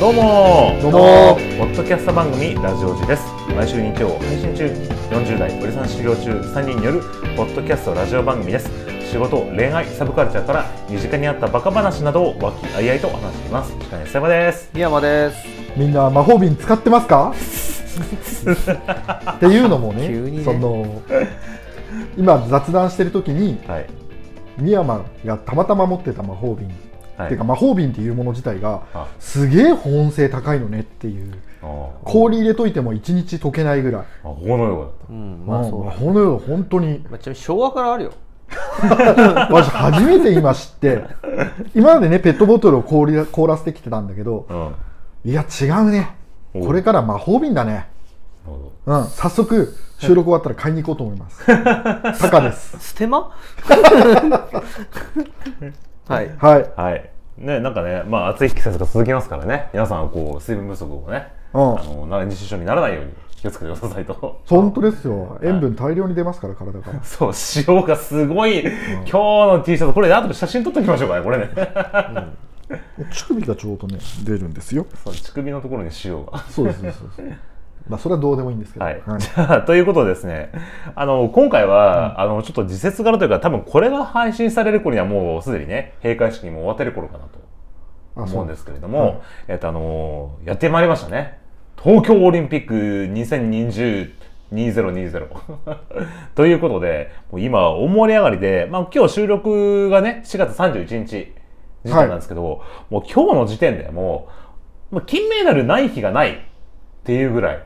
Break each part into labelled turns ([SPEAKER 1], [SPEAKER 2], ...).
[SPEAKER 1] どうも
[SPEAKER 2] どうも
[SPEAKER 1] ポッドキャスト番組ラジオジです毎週日曜配信中40代おじさん修行中3人によるポッドキャストラジオ番組です仕事恋愛サブカルチャーから身近にあったバカ話などを和気あいあいと話しています司会の瀬山です
[SPEAKER 3] 三山です
[SPEAKER 2] みんな魔法瓶使ってま すかっていうのもね
[SPEAKER 3] 急にね
[SPEAKER 2] その今雑談してる時に
[SPEAKER 1] はい
[SPEAKER 2] 深山がたまたま持ってた魔法瓶、
[SPEAKER 1] は
[SPEAKER 2] っていうか魔法瓶っていうもの自体
[SPEAKER 1] あ
[SPEAKER 2] がすげえ保温性高いのねっていう
[SPEAKER 1] 氷
[SPEAKER 2] 氷入れといても1日溶けないぐらい、
[SPEAKER 1] あここのよう
[SPEAKER 3] うん
[SPEAKER 2] ま
[SPEAKER 3] ま
[SPEAKER 2] あ
[SPEAKER 3] あそうだ、
[SPEAKER 2] この世本当に
[SPEAKER 3] まあ、ちなみに昭和からあるよ
[SPEAKER 2] 私初めて今知って今までねペットボトルを氷ら凍らせてきてたんだけど
[SPEAKER 1] だうんなる
[SPEAKER 2] いや違うね
[SPEAKER 1] おう
[SPEAKER 2] これから魔法瓶だね
[SPEAKER 1] ほ
[SPEAKER 2] うん、早速収録終わったら買いに行こうと思います。タカです。
[SPEAKER 3] ステマ はい
[SPEAKER 2] はい。
[SPEAKER 1] どはいねなんかねまあ暑い季節が続きますからね皆さんこう水分不足をね
[SPEAKER 2] うん
[SPEAKER 1] あのな熱中症にならないように気をつけてくださいと
[SPEAKER 2] 本当ですよ。塩分大量に出ますから、体から。
[SPEAKER 1] そう、塩がすごい、今日の T シャツ、これ、あとで写真撮っときましょうかね、これ ね。
[SPEAKER 2] 乳首がちょうどね、出るんですよ。
[SPEAKER 1] そう、乳首のところに塩が。
[SPEAKER 2] そうです、そうですそうです。まあ、それはどうでもいいんですけ ど。
[SPEAKER 1] はい。じゃあ、ということでですね、あの、今回は、あの、ちょっと時節柄というか、多分これが配信される頃にはもうすでにね、閉会式も終わってる頃かなと
[SPEAKER 2] あ。
[SPEAKER 1] 思うんですすけれども、えっと、あの、やってまいりましたね。東京オリンピック2020 2020ということで、もう今、大盛り上がりで、まあ今日収録がね、4月31日時点なんですけど、もう今日の時点でもう、もう金メダルない日がないっていうぐらい、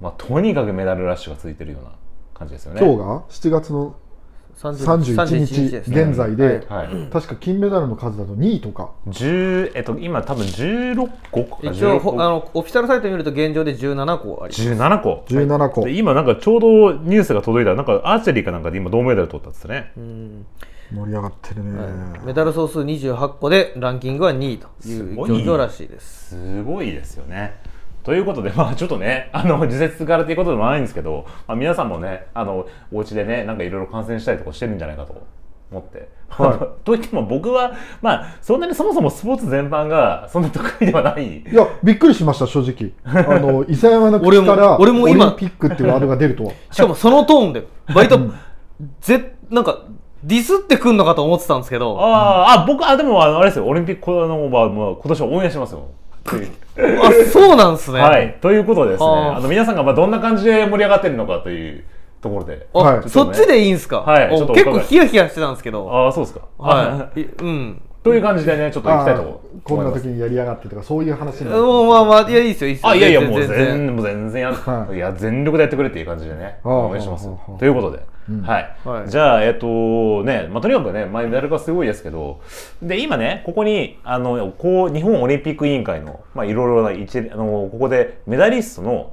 [SPEAKER 1] まあとにかくメダルラッシュが続いてるような感じですよね。
[SPEAKER 2] 今日が7月の
[SPEAKER 3] 30 31
[SPEAKER 2] 31日
[SPEAKER 3] ですね
[SPEAKER 2] 現在で、
[SPEAKER 1] はい。
[SPEAKER 2] 確か金メダルの数だと2位とか。
[SPEAKER 1] 10、えっと、今多分16個か
[SPEAKER 3] 一応
[SPEAKER 1] 16
[SPEAKER 3] ほあ
[SPEAKER 1] 個
[SPEAKER 3] のオフィシャルサイト見ると現状で17個あります
[SPEAKER 1] 17個。
[SPEAKER 2] 17個。
[SPEAKER 1] で今なんかちょうどニュースが届いたらなんかアーチェリーかなんかで今銅メダル取ったっつってね
[SPEAKER 3] うん
[SPEAKER 2] 盛り上がってるね。
[SPEAKER 3] はいメダル総数28個でランキングは2位という状況らしいです
[SPEAKER 1] すごいですよねということで まあちょっとねあの時節からということでもないんですけど、まあ、皆さんもねあのお家でねなんかいろいろ感染したりとかしてるんじゃないかと思って、 といっても僕はまあそんなにそもそもスポーツ全般がそんな得意ではない
[SPEAKER 2] いや、びっくりしました、正直。あの、伊佐山の口から、
[SPEAKER 3] 俺も
[SPEAKER 2] オ
[SPEAKER 3] 俺
[SPEAKER 2] リン
[SPEAKER 3] も今
[SPEAKER 2] ピックってワードが出るとは。
[SPEAKER 3] しかもそのトーンで割とぜなんかディスってくんのかと思ってたんですけど
[SPEAKER 1] あーあ僕あでもあのあれですよオリンピックこの、まあまあ、今年は応援してますよ
[SPEAKER 3] あそうなんですね、
[SPEAKER 1] はい、ということでですね、
[SPEAKER 3] はあ
[SPEAKER 1] あの皆さんがまあどんな感じで盛り上がってるのかというところで。
[SPEAKER 3] あ
[SPEAKER 2] はい
[SPEAKER 3] そっちでいいんすか、
[SPEAKER 1] はい
[SPEAKER 3] お
[SPEAKER 1] ちょっとお
[SPEAKER 3] 結
[SPEAKER 1] 伺い
[SPEAKER 3] 構ヒヤヒヤしてたんですけど
[SPEAKER 1] ああ、そうですか。
[SPEAKER 3] はいいうん
[SPEAKER 1] い。という感じでね、ちょっと行きたいと思います。
[SPEAKER 2] こんな時にやりやがってとか、そういう話になる。
[SPEAKER 3] もうまあまあいやいいですよいいですよ
[SPEAKER 1] あ、いやいや、もう
[SPEAKER 3] 全然
[SPEAKER 1] 全然、もう全然やる、
[SPEAKER 2] はい
[SPEAKER 1] い、や、全力でやってくれっていう感じでね、
[SPEAKER 2] ああ
[SPEAKER 1] 応援してます
[SPEAKER 2] は
[SPEAKER 1] よ
[SPEAKER 2] あはあ
[SPEAKER 1] ということで、はい、
[SPEAKER 3] はい
[SPEAKER 1] じゃあ、えっと、ね、まあ、とにかくね、前メダルがすごいですけど、で、今ね、ここに、あの、こう、日本オリンピック委員会の、まあ、いろいろな一、あの、ここで、メダリストの、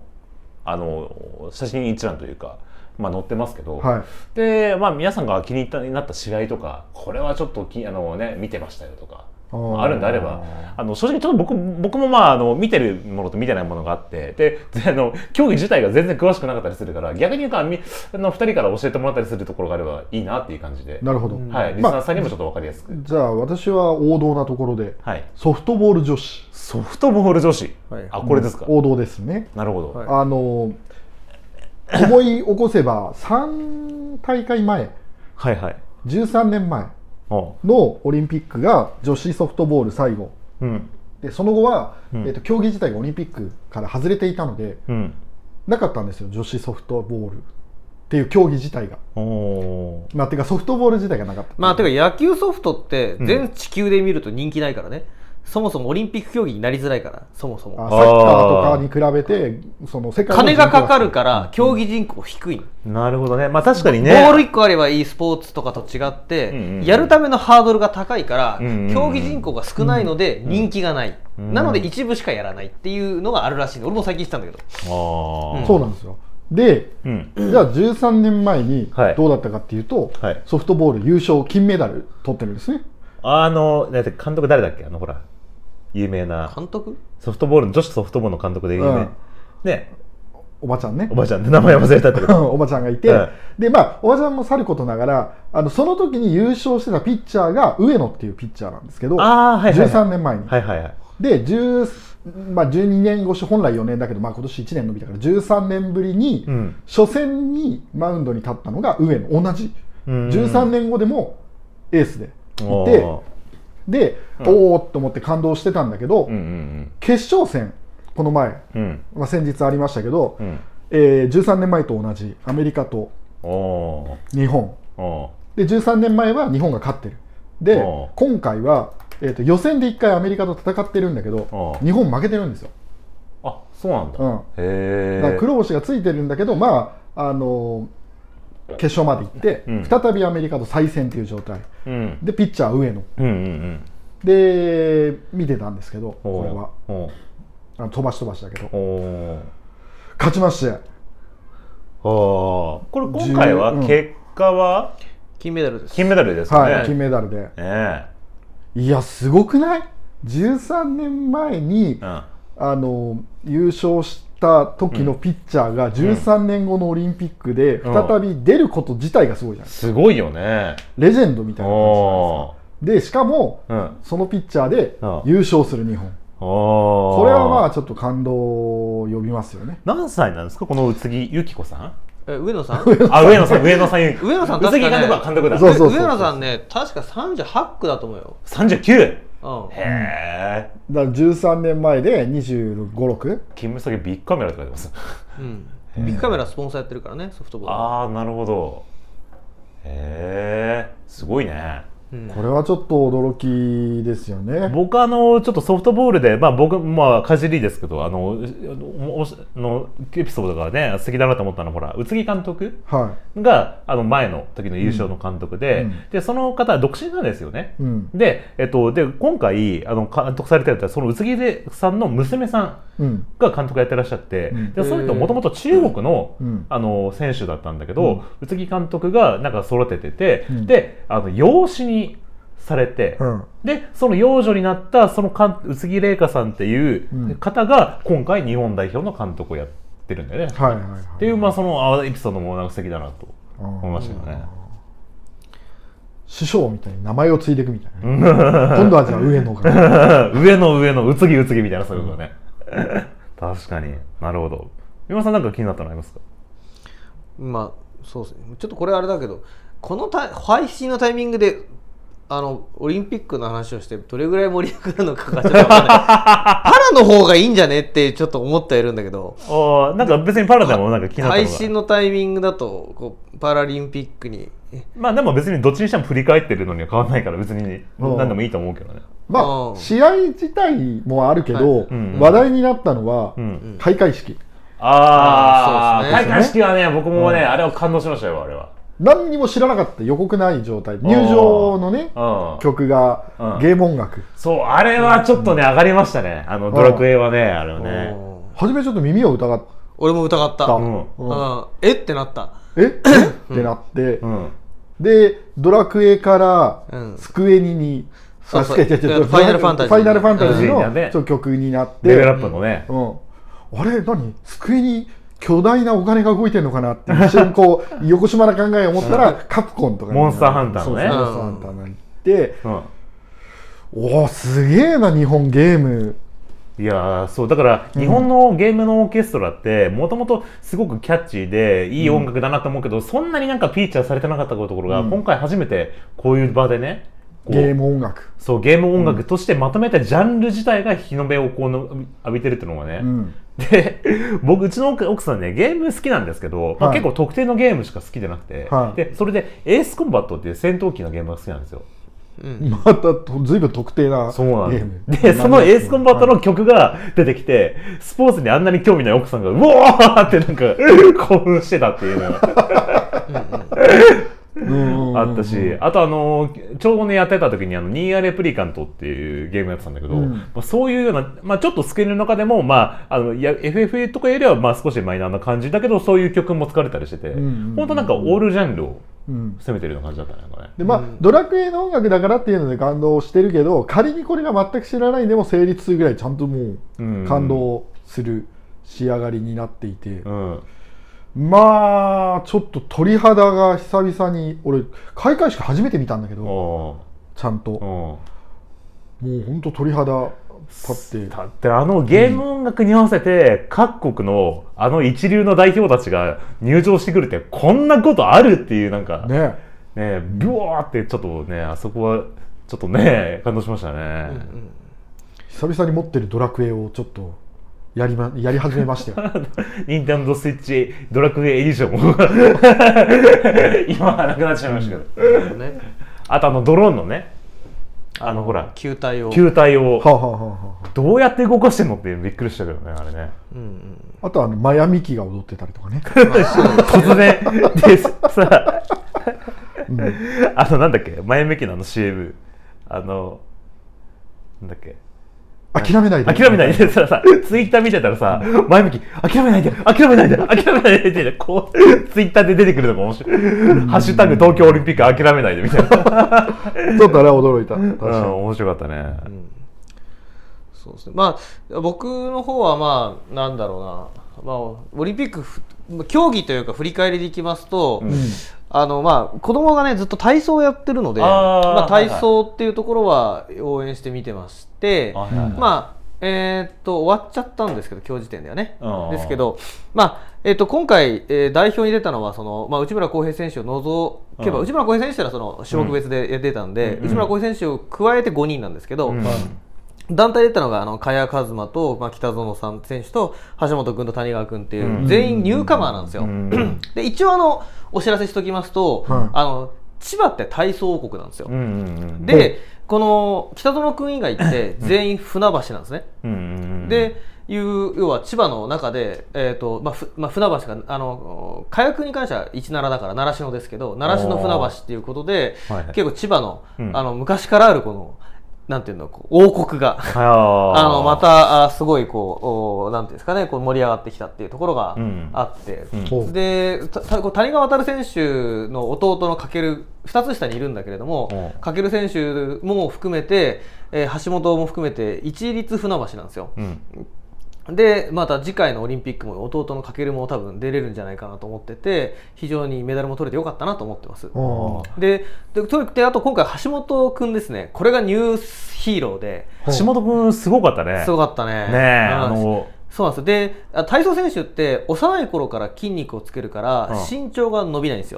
[SPEAKER 1] あの、写真一覧というか、まあ、載ってますけど、
[SPEAKER 2] はい
[SPEAKER 1] で、まあ、皆さんが気に入ったになった試合とか、これはちょっとき、あのね、見てましたよとか、
[SPEAKER 2] あー
[SPEAKER 1] あるんであれば、あの正直ちょっと僕僕もまああの見てるものと見てないものがあってでであの競技自体が全然詳しくなかったりするから逆に言うかみあの2人から教えてもらったりするところがあればいいなっていう感じで、
[SPEAKER 2] なるほど。
[SPEAKER 1] はい、リス
[SPEAKER 2] まあ
[SPEAKER 1] ナーさんにもちょっと分かりやすく、
[SPEAKER 2] じゃあ私は王道なところで
[SPEAKER 1] はい、
[SPEAKER 2] ソフトボール女子
[SPEAKER 1] ソフトボール女子、
[SPEAKER 3] はい
[SPEAKER 1] あこれですか、
[SPEAKER 2] 王道ですね、
[SPEAKER 1] なるほど、
[SPEAKER 3] はい
[SPEAKER 2] あの思い起こせば3大会前
[SPEAKER 1] はいはい
[SPEAKER 2] 13年前
[SPEAKER 1] お
[SPEAKER 2] のオリンピックが女子ソフトボール最後
[SPEAKER 1] うん
[SPEAKER 2] でその後は、
[SPEAKER 1] うん
[SPEAKER 2] えっと競技自体がオリンピックから外れていたので
[SPEAKER 1] うん
[SPEAKER 2] なかったんですよ女子ソフトボールっていう競技自体が
[SPEAKER 1] おお
[SPEAKER 2] まあてかソフトボール自体がなかった
[SPEAKER 3] まあてか野球ソフトって
[SPEAKER 1] ん
[SPEAKER 3] 全地球で見ると人気ないからね、そもそもオリンピック競技になりづらいからそもそ
[SPEAKER 2] あ
[SPEAKER 3] も
[SPEAKER 2] サッカーとかに比べてその世界の
[SPEAKER 3] 金
[SPEAKER 2] 人口
[SPEAKER 3] がかかるから競技人口低い、
[SPEAKER 1] なるほどねまあ確かに
[SPEAKER 3] ボ
[SPEAKER 1] ね
[SPEAKER 3] ール1個あればいいスポーツとかと違って、
[SPEAKER 1] うんうんうん
[SPEAKER 3] やるためのハードルが高いから、
[SPEAKER 1] うんうんうん
[SPEAKER 3] 競技人口が少ないので人気がない、
[SPEAKER 1] うん
[SPEAKER 3] なので一部しかやらないっていうのがあるらしいの俺も最近知ったんだけど
[SPEAKER 1] ああ
[SPEAKER 2] そうなんですよで
[SPEAKER 1] うん
[SPEAKER 2] じゃあ13年前に
[SPEAKER 1] はい
[SPEAKER 2] どうだったかっていうと、
[SPEAKER 1] はい
[SPEAKER 2] ソフトボール優勝金メダル取ってるんですね
[SPEAKER 1] あのだって監督誰だっけあのほら有名な
[SPEAKER 3] 監督
[SPEAKER 1] ソフトボールの女子ソフトボールの監督で有名、
[SPEAKER 2] うん
[SPEAKER 1] ね
[SPEAKER 2] おばちゃんね
[SPEAKER 1] おばちゃんで名前忘れたってこと
[SPEAKER 2] おばちゃんがいて、
[SPEAKER 1] は
[SPEAKER 2] でまあおばちゃんもさることながらあのその時に優勝してたピッチャーが上野っていうピッチャーなんですけど
[SPEAKER 1] ああはいはいはい
[SPEAKER 2] 13年前に、
[SPEAKER 1] はいはいはい
[SPEAKER 2] で10まあ、12年越し本来4年だけど、まあ、今年1年伸びたから13年ぶりに
[SPEAKER 1] うん
[SPEAKER 2] 初戦にマウンドに立ったのが上野同じ
[SPEAKER 1] うん
[SPEAKER 2] 13年後でもエースでいて
[SPEAKER 1] おー
[SPEAKER 2] で、
[SPEAKER 1] うん
[SPEAKER 2] おおっと思って感動してたんだけど、
[SPEAKER 1] うんうん
[SPEAKER 2] 決勝戦この前、
[SPEAKER 1] うんうん
[SPEAKER 2] まあ、先日ありましたけど、
[SPEAKER 1] うん
[SPEAKER 2] えー13年前と同じアメリカと
[SPEAKER 1] おー
[SPEAKER 2] 日本
[SPEAKER 1] お
[SPEAKER 2] で13年前は日本が勝ってるで
[SPEAKER 1] おう
[SPEAKER 2] 今回は、えー、と予選で1回アメリカと戦ってるんだけ
[SPEAKER 1] お
[SPEAKER 2] ど
[SPEAKER 1] う
[SPEAKER 2] 日本負けてるんですよ、
[SPEAKER 1] ーあそうなんだ、
[SPEAKER 2] うん
[SPEAKER 1] へ
[SPEAKER 2] だから
[SPEAKER 1] え
[SPEAKER 2] 黒星がついてるんだけど、まああのー決勝まで行って、
[SPEAKER 1] うん
[SPEAKER 2] 再びアメリカと再戦という状態
[SPEAKER 1] うん
[SPEAKER 2] でピッチャー上野
[SPEAKER 1] うんうん
[SPEAKER 2] で見てたんですけど
[SPEAKER 1] うん
[SPEAKER 2] これは
[SPEAKER 1] おー
[SPEAKER 2] あの飛ばし飛ばしだけど
[SPEAKER 1] お
[SPEAKER 2] 勝ちまして
[SPEAKER 1] おあこれ今回は
[SPEAKER 2] うん
[SPEAKER 1] 結果は
[SPEAKER 3] 金メダルです
[SPEAKER 1] 金メダルですよね、
[SPEAKER 2] はい、金メダルで
[SPEAKER 1] ね
[SPEAKER 2] いやすごくない ?13 年前に、
[SPEAKER 1] えうん
[SPEAKER 2] あの優勝した時のピッチャーが13年後のオリンピックで
[SPEAKER 1] うん
[SPEAKER 2] 再び出ること自体がすごいじゃない
[SPEAKER 1] すごいよね
[SPEAKER 2] レジェンドみたいな感じじゃない
[SPEAKER 1] お
[SPEAKER 2] ですかでしかも
[SPEAKER 1] ーうん
[SPEAKER 2] そのピッチャーで
[SPEAKER 1] うん
[SPEAKER 2] 優勝する日本
[SPEAKER 1] おー
[SPEAKER 2] これはまあちょっと感動を呼びますよね
[SPEAKER 1] 何歳なんですかこの宇津木由紀子さん
[SPEAKER 3] え上野さ ん
[SPEAKER 1] あ上野さん上野さん由紀
[SPEAKER 3] 上野さん
[SPEAKER 1] 宇津
[SPEAKER 3] 確
[SPEAKER 1] 木監
[SPEAKER 3] かね
[SPEAKER 1] 督は監督だ
[SPEAKER 2] そうそう
[SPEAKER 3] 上野さんね確か38区だと思うよ
[SPEAKER 1] 39
[SPEAKER 3] うん
[SPEAKER 1] へえ
[SPEAKER 2] だから13年前で2 5 6
[SPEAKER 1] 勤務先ビッグカメラって書いてます
[SPEAKER 3] うんビッグカメラスポンサーやってるからねソフトボールは
[SPEAKER 1] ああなるほどへえすごいね
[SPEAKER 3] うん
[SPEAKER 2] これはちょっと驚きですよね
[SPEAKER 1] 僕あのちょっとソフトボールでまあ僕まあかじりですけどあのおおのエピソードがね素敵だなと思ったのはほら宇津木監督
[SPEAKER 2] は
[SPEAKER 1] があの前の時の優勝の監督で、
[SPEAKER 2] うんうん
[SPEAKER 1] でその方は独身なんですよね
[SPEAKER 2] い、うん
[SPEAKER 1] で,、えっと、で今回あの監督されてるその宇津木さんの娘さん
[SPEAKER 2] うん
[SPEAKER 1] が監督やってらっしゃって、
[SPEAKER 2] うん
[SPEAKER 1] でその人もともと中国の,、
[SPEAKER 2] うん
[SPEAKER 1] あの選手だったんだけ
[SPEAKER 2] う
[SPEAKER 1] ど
[SPEAKER 2] ん、
[SPEAKER 1] 宇津木監督がなんか育ててて、
[SPEAKER 2] うん
[SPEAKER 1] であの養子にされて、
[SPEAKER 2] うん
[SPEAKER 1] でその養女になったその監宇津木麗華さんっていう
[SPEAKER 2] うん
[SPEAKER 1] 方が今回日本代表の監督をやってるんだよね。
[SPEAKER 2] はいはいはい
[SPEAKER 1] っていう、まあ、そのあエピソードもなんか素敵だなと
[SPEAKER 2] うん
[SPEAKER 1] 思いましたけどね。
[SPEAKER 2] 師匠みたいに名前を継いでいくみたいな、今度はじゃあ上 野が
[SPEAKER 1] 上の上のうつぎうつぎみたいなそういうことね 確かになるほど今さんなんか気になったのありますか
[SPEAKER 3] まあそうですねちょっとこれあれだけどこのタイ配信のタイミングであのオリンピックの話をしてどれぐらい盛り上がるのかがちょっと 分かんないパラの方がいいんじゃねってちょっと思ってはいるんだけど
[SPEAKER 1] ああなんか別にパラでもなんか気になったの
[SPEAKER 3] 配
[SPEAKER 1] が
[SPEAKER 3] 信のタイミングだとこうパラリンピックにえ
[SPEAKER 1] まあでも別にどっちにしても振り返ってるのには変わらないから別に
[SPEAKER 2] うん
[SPEAKER 1] 何でもいいと思うけどね
[SPEAKER 2] ま
[SPEAKER 3] うん
[SPEAKER 2] あ試合自体もあるけど、
[SPEAKER 3] はい
[SPEAKER 1] うん
[SPEAKER 2] 話題になったのは、
[SPEAKER 1] うん
[SPEAKER 2] 開会式
[SPEAKER 1] ああ、
[SPEAKER 3] あーそうです
[SPEAKER 1] 開
[SPEAKER 3] ね
[SPEAKER 1] 会式はね僕もね、あれは感動しましたよあれは
[SPEAKER 2] 何にも知らなかった予告ない状態入場のね
[SPEAKER 1] うん
[SPEAKER 2] 曲が、
[SPEAKER 1] うん
[SPEAKER 2] ゲーム音楽
[SPEAKER 1] そうあれはちょっとね上がりましたねあのドラクエはねあれはね
[SPEAKER 3] うん
[SPEAKER 2] 初めちょっと耳を疑っ
[SPEAKER 3] 俺も疑った、
[SPEAKER 2] た、
[SPEAKER 3] う
[SPEAKER 1] うんん
[SPEAKER 3] えってなった
[SPEAKER 2] えってなって、
[SPEAKER 1] うん
[SPEAKER 2] でドラクエから、
[SPEAKER 3] うん
[SPEAKER 2] スクエニに
[SPEAKER 3] そう
[SPEAKER 2] あ
[SPEAKER 3] そう
[SPEAKER 2] 違違違
[SPEAKER 3] ファイナルファンタジー
[SPEAKER 2] ファイナルファンタジ
[SPEAKER 1] う
[SPEAKER 2] ー
[SPEAKER 1] んうん
[SPEAKER 2] のちょっと曲になって
[SPEAKER 1] レベルアップのね、
[SPEAKER 2] うん、あれ何机に巨大なお金が動いてるのかなって一瞬こう横島な考えを持ったらカプコンとかに
[SPEAKER 1] モンスターハンターのね
[SPEAKER 2] そうそうモンスターハンターに行って、
[SPEAKER 1] うん
[SPEAKER 2] おおすげえな日本ゲーム
[SPEAKER 1] いやーそうだから日本のゲームのオーケストラってもともとすごくキャッチーでいい音楽だなと思うけど、そんなになんかフィーチャーされてなかったところが、
[SPEAKER 2] うん
[SPEAKER 1] 今回初めてこういう場でねこう
[SPEAKER 2] ゲーム音楽
[SPEAKER 1] そうゲーム音楽としてまとめたジャンル自体が日の目をこうの浴びてるっていうのがね、
[SPEAKER 2] うん
[SPEAKER 1] で 僕うちの奥奥さんねゲーム好きなんですけど、まあ、
[SPEAKER 2] はい
[SPEAKER 1] 結構特定のゲームしか好きじゃなくて、
[SPEAKER 2] はい
[SPEAKER 1] でそれでエースコンバットっていう戦闘機のゲームが好きなんですよ
[SPEAKER 3] うん、
[SPEAKER 2] またとずいぶん特定な
[SPEAKER 1] そうなん
[SPEAKER 2] ゲ
[SPEAKER 1] で
[SPEAKER 2] ー
[SPEAKER 1] す
[SPEAKER 2] ム
[SPEAKER 1] で、そのエースコンバットの曲が出てきて、スポーツにあんなに興味ない奥さんが、うおーってなん か、興奮してたっていうのが
[SPEAKER 2] うん
[SPEAKER 1] あったし、あとあの、ちょうどね、やってた時に、あの、ニーアレプリカントっていうゲームやってたんだけど、
[SPEAKER 2] うん
[SPEAKER 1] まあ、そういうような、まあ、ちょっとスケールの中でも、まあ、あの、いや FFA とかよりは、まあ、少しマイナーな感じだけど、そういう曲も使われたりしてて、
[SPEAKER 2] うんうんうん
[SPEAKER 1] 本当なんかオールジャンルを
[SPEAKER 2] うん
[SPEAKER 1] 攻めてるような感じだったね、なんかね。
[SPEAKER 2] でまあ
[SPEAKER 3] うん
[SPEAKER 2] ドラクエの音楽だからっていうので感動してるけど仮にこれが全く知らないでも成立するぐらいちゃんとも
[SPEAKER 1] うん
[SPEAKER 2] う感動する仕上がりになっていて、
[SPEAKER 1] うん。
[SPEAKER 2] まあちょっと鳥肌が久々に俺開会式初めて見たんだけど
[SPEAKER 1] お
[SPEAKER 2] ちゃんと
[SPEAKER 1] ー
[SPEAKER 2] もうほんと鳥肌立って
[SPEAKER 1] だってあのゲーム音楽に合わせて各国のあの一流の代表たちが入場してくるってこんなことあるっていうなんかね
[SPEAKER 2] ね
[SPEAKER 1] ブワーってちょっとねあそこはちょっとね感動しましたね、
[SPEAKER 2] 久々に持ってるドラクエをちょっとやり,、ま、やり始めまし たよ
[SPEAKER 1] 任天堂スイッチドラクエエディションも今はなくなっちゃいましたけど、
[SPEAKER 3] ね
[SPEAKER 1] あとあのドローンのねあのほら
[SPEAKER 3] 球体を
[SPEAKER 1] 球体を
[SPEAKER 2] はあ、はあはあは
[SPEAKER 1] どうやって動かしてんのってびっくりしたけどねあれね
[SPEAKER 3] うんうん
[SPEAKER 2] あ、あとあのマヤミキが踊ってたり とかね、
[SPEAKER 1] 突然でさあのなんだっけ前向きのあの CM あのなんだっけ
[SPEAKER 2] 諦めないで
[SPEAKER 1] 諦めないでささツイッター見てたらさ前向き諦めないで諦めないで諦めないでってこうツイッターで出てくるのが面白い「ハッシュタグ東京オリンピック諦めないで」みたいな、
[SPEAKER 2] ちょっとあれは驚いた確
[SPEAKER 1] う
[SPEAKER 2] か
[SPEAKER 1] ん、面白かったね、
[SPEAKER 3] そうですねまあ僕の方はまあなんだろうな、まあ、オリンピックふ競技というか振り返りでいきますと、
[SPEAKER 1] うん
[SPEAKER 3] あのまあ子供がねずっと体操をやってるので
[SPEAKER 1] あー
[SPEAKER 3] まあ、
[SPEAKER 1] はいはい
[SPEAKER 3] 体操っていうところは応援して見てまして、
[SPEAKER 1] はいはいはい
[SPEAKER 3] まあえーっと終わっちゃったんですけど今日時点ではね
[SPEAKER 1] うん
[SPEAKER 3] ですけど、まあえーっと今回、えー代表に出たのはその、まあ、内村航平選手を除けば、
[SPEAKER 1] うん
[SPEAKER 3] 内村航平選手ならその種目別で出たんで、
[SPEAKER 1] うん
[SPEAKER 3] 内村航平選手を加えて5人なんですけど、
[SPEAKER 1] うん
[SPEAKER 3] 団体で出たのがあの萱和磨と、まあ、北園さん選手と橋本君と谷川君っていう、
[SPEAKER 1] うん
[SPEAKER 3] 全員ニューカマーなんですよ。
[SPEAKER 1] うん
[SPEAKER 3] で一応あのお知らせしておきますと、
[SPEAKER 2] はい
[SPEAKER 3] あの千葉って体操王国なんですよ。
[SPEAKER 1] うんうんうん
[SPEAKER 3] で、この北園君以外って全員船橋なんですね。
[SPEAKER 1] うんうんうん
[SPEAKER 3] でいう要は千葉の中で、えーとまあふまあ、船橋があの火薬に関しては一奈良だから習志野ですけど習志野船橋っていうことで、
[SPEAKER 1] はいはい
[SPEAKER 3] 結構千葉の,、
[SPEAKER 1] うん
[SPEAKER 3] あの昔からあるこのなんていうのこう王国
[SPEAKER 1] あ
[SPEAKER 3] が
[SPEAKER 1] ー
[SPEAKER 3] あのまたあすごいこうおなんていうんですかねこう盛り上がってきたっていうところが
[SPEAKER 1] うん
[SPEAKER 3] あって、
[SPEAKER 1] うん
[SPEAKER 2] ほう
[SPEAKER 3] でたたこう谷川航選手の弟の翔2つ下にいるんだけれども
[SPEAKER 1] うん
[SPEAKER 3] 翔選手も含めて、えー橋本も含めて一律船橋なんですよ。
[SPEAKER 1] うん
[SPEAKER 3] でまた次回のオリンピックも弟の翔も多分出れるんじゃないかなと思ってて非常にメダルも取れてよかったなと思ってます。
[SPEAKER 2] あ
[SPEAKER 3] ででとであと今回橋本君ですねこれがニュースヒーローで
[SPEAKER 2] ほう
[SPEAKER 1] 橋本君すごかったね
[SPEAKER 3] すごかったね。
[SPEAKER 1] ねえあ
[SPEAKER 3] うん
[SPEAKER 1] の
[SPEAKER 3] そうなんですよであ体操選手って幼い頃から筋肉をつけるから
[SPEAKER 1] う
[SPEAKER 3] 身長が伸びないんです
[SPEAKER 1] あ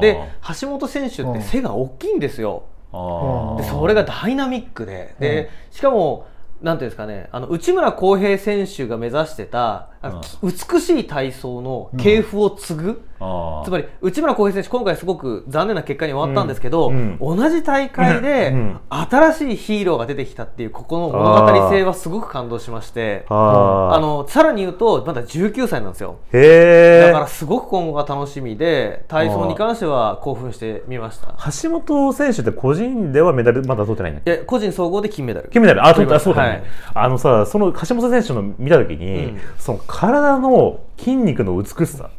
[SPEAKER 1] ー
[SPEAKER 3] で橋本選手っ
[SPEAKER 2] う
[SPEAKER 3] て
[SPEAKER 2] ん
[SPEAKER 3] 背が大きいんですよ、
[SPEAKER 1] あ
[SPEAKER 2] うん
[SPEAKER 1] ー
[SPEAKER 3] でそれがダイナミックでで、しかもなんていうんですかねあの内村航平選手が目指してた、あの美しい体操の系譜を継ぐ、
[SPEAKER 1] あ
[SPEAKER 3] つまり内村航平選手今回すごく残念な結果に終わったんですけど、
[SPEAKER 1] うん
[SPEAKER 3] 同じ大会で
[SPEAKER 1] うん
[SPEAKER 3] 新しいヒーローが出てきたっていうここの物語性はすごく感動しまして。
[SPEAKER 1] あ
[SPEAKER 3] あ
[SPEAKER 1] ー
[SPEAKER 3] のさらに言うとまだ19歳なんですよ
[SPEAKER 1] へえ
[SPEAKER 3] だからすごく今後が楽しみで体操に関しては興奮してみました
[SPEAKER 1] 橋本選手って個人ではメダルまだ取ってないんだっけ
[SPEAKER 3] いや個人総合で金メダル
[SPEAKER 1] 金メダルあ取った
[SPEAKER 3] 取
[SPEAKER 1] そう
[SPEAKER 3] りま
[SPEAKER 1] だ
[SPEAKER 3] した
[SPEAKER 1] ね、あのさその橋本選手の見た時に、
[SPEAKER 3] うん
[SPEAKER 1] その体の筋肉の美しさ、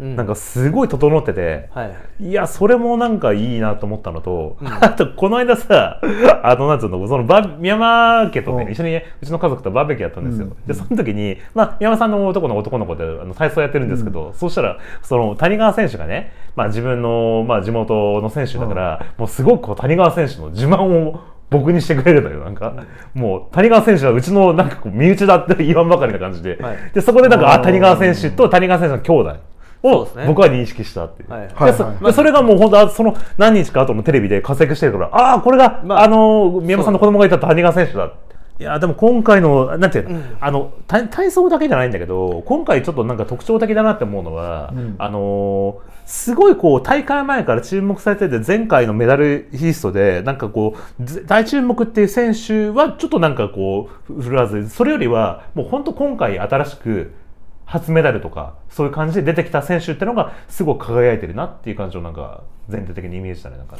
[SPEAKER 3] う
[SPEAKER 1] なんかすごい整ってて、
[SPEAKER 3] はいはい
[SPEAKER 1] いやそれもなんかいいなと思ったのと、
[SPEAKER 3] うん
[SPEAKER 1] あとこの間さあのなんつうのそのバー宮山家とね、
[SPEAKER 2] うん
[SPEAKER 1] 一緒にうちの家族とバーベキューやったんですよ、
[SPEAKER 2] うん
[SPEAKER 1] でその時に、まあ、宮山さんの男の男の子であの体操やってるんですけど、そうしたらその谷川選手がね、まあ、自分の、まあ、地元の選手だから、もうすごくこう谷川選手の自慢を僕にしてくれるのよなんか、もう谷川選手はうちのなんかこう身内だって言わんばかりな感じで,、
[SPEAKER 3] はい
[SPEAKER 1] でそこでなんかあ
[SPEAKER 2] うん
[SPEAKER 1] 谷川選手と谷川選手の兄弟
[SPEAKER 3] そう
[SPEAKER 1] を
[SPEAKER 3] ですね
[SPEAKER 1] 僕は認識したっていう。
[SPEAKER 3] はい
[SPEAKER 2] はい
[SPEAKER 1] でそ
[SPEAKER 2] はい
[SPEAKER 1] でそれがもう本当あその何日か後もテレビで活躍してるからああこれが、
[SPEAKER 3] まあ
[SPEAKER 1] あの宮本さんの子供がいた谷川選手だっていやでも今回のなんていうの,、あの体体操だけじゃないんだけど今回ちょっとなんか特徴的だなって思うのは、
[SPEAKER 2] うん
[SPEAKER 1] あのーすごいこう大会前から注目されてて前回のメダルリストでなんかこうず大注目っていう選手はちょっとなんかこう振るわずそれよりはもう本当今回新しく初メダルとかそういう感じで出てきた選手ってのがすごい輝いてるなっていう感じをなんか全体的にイメージしたねなんか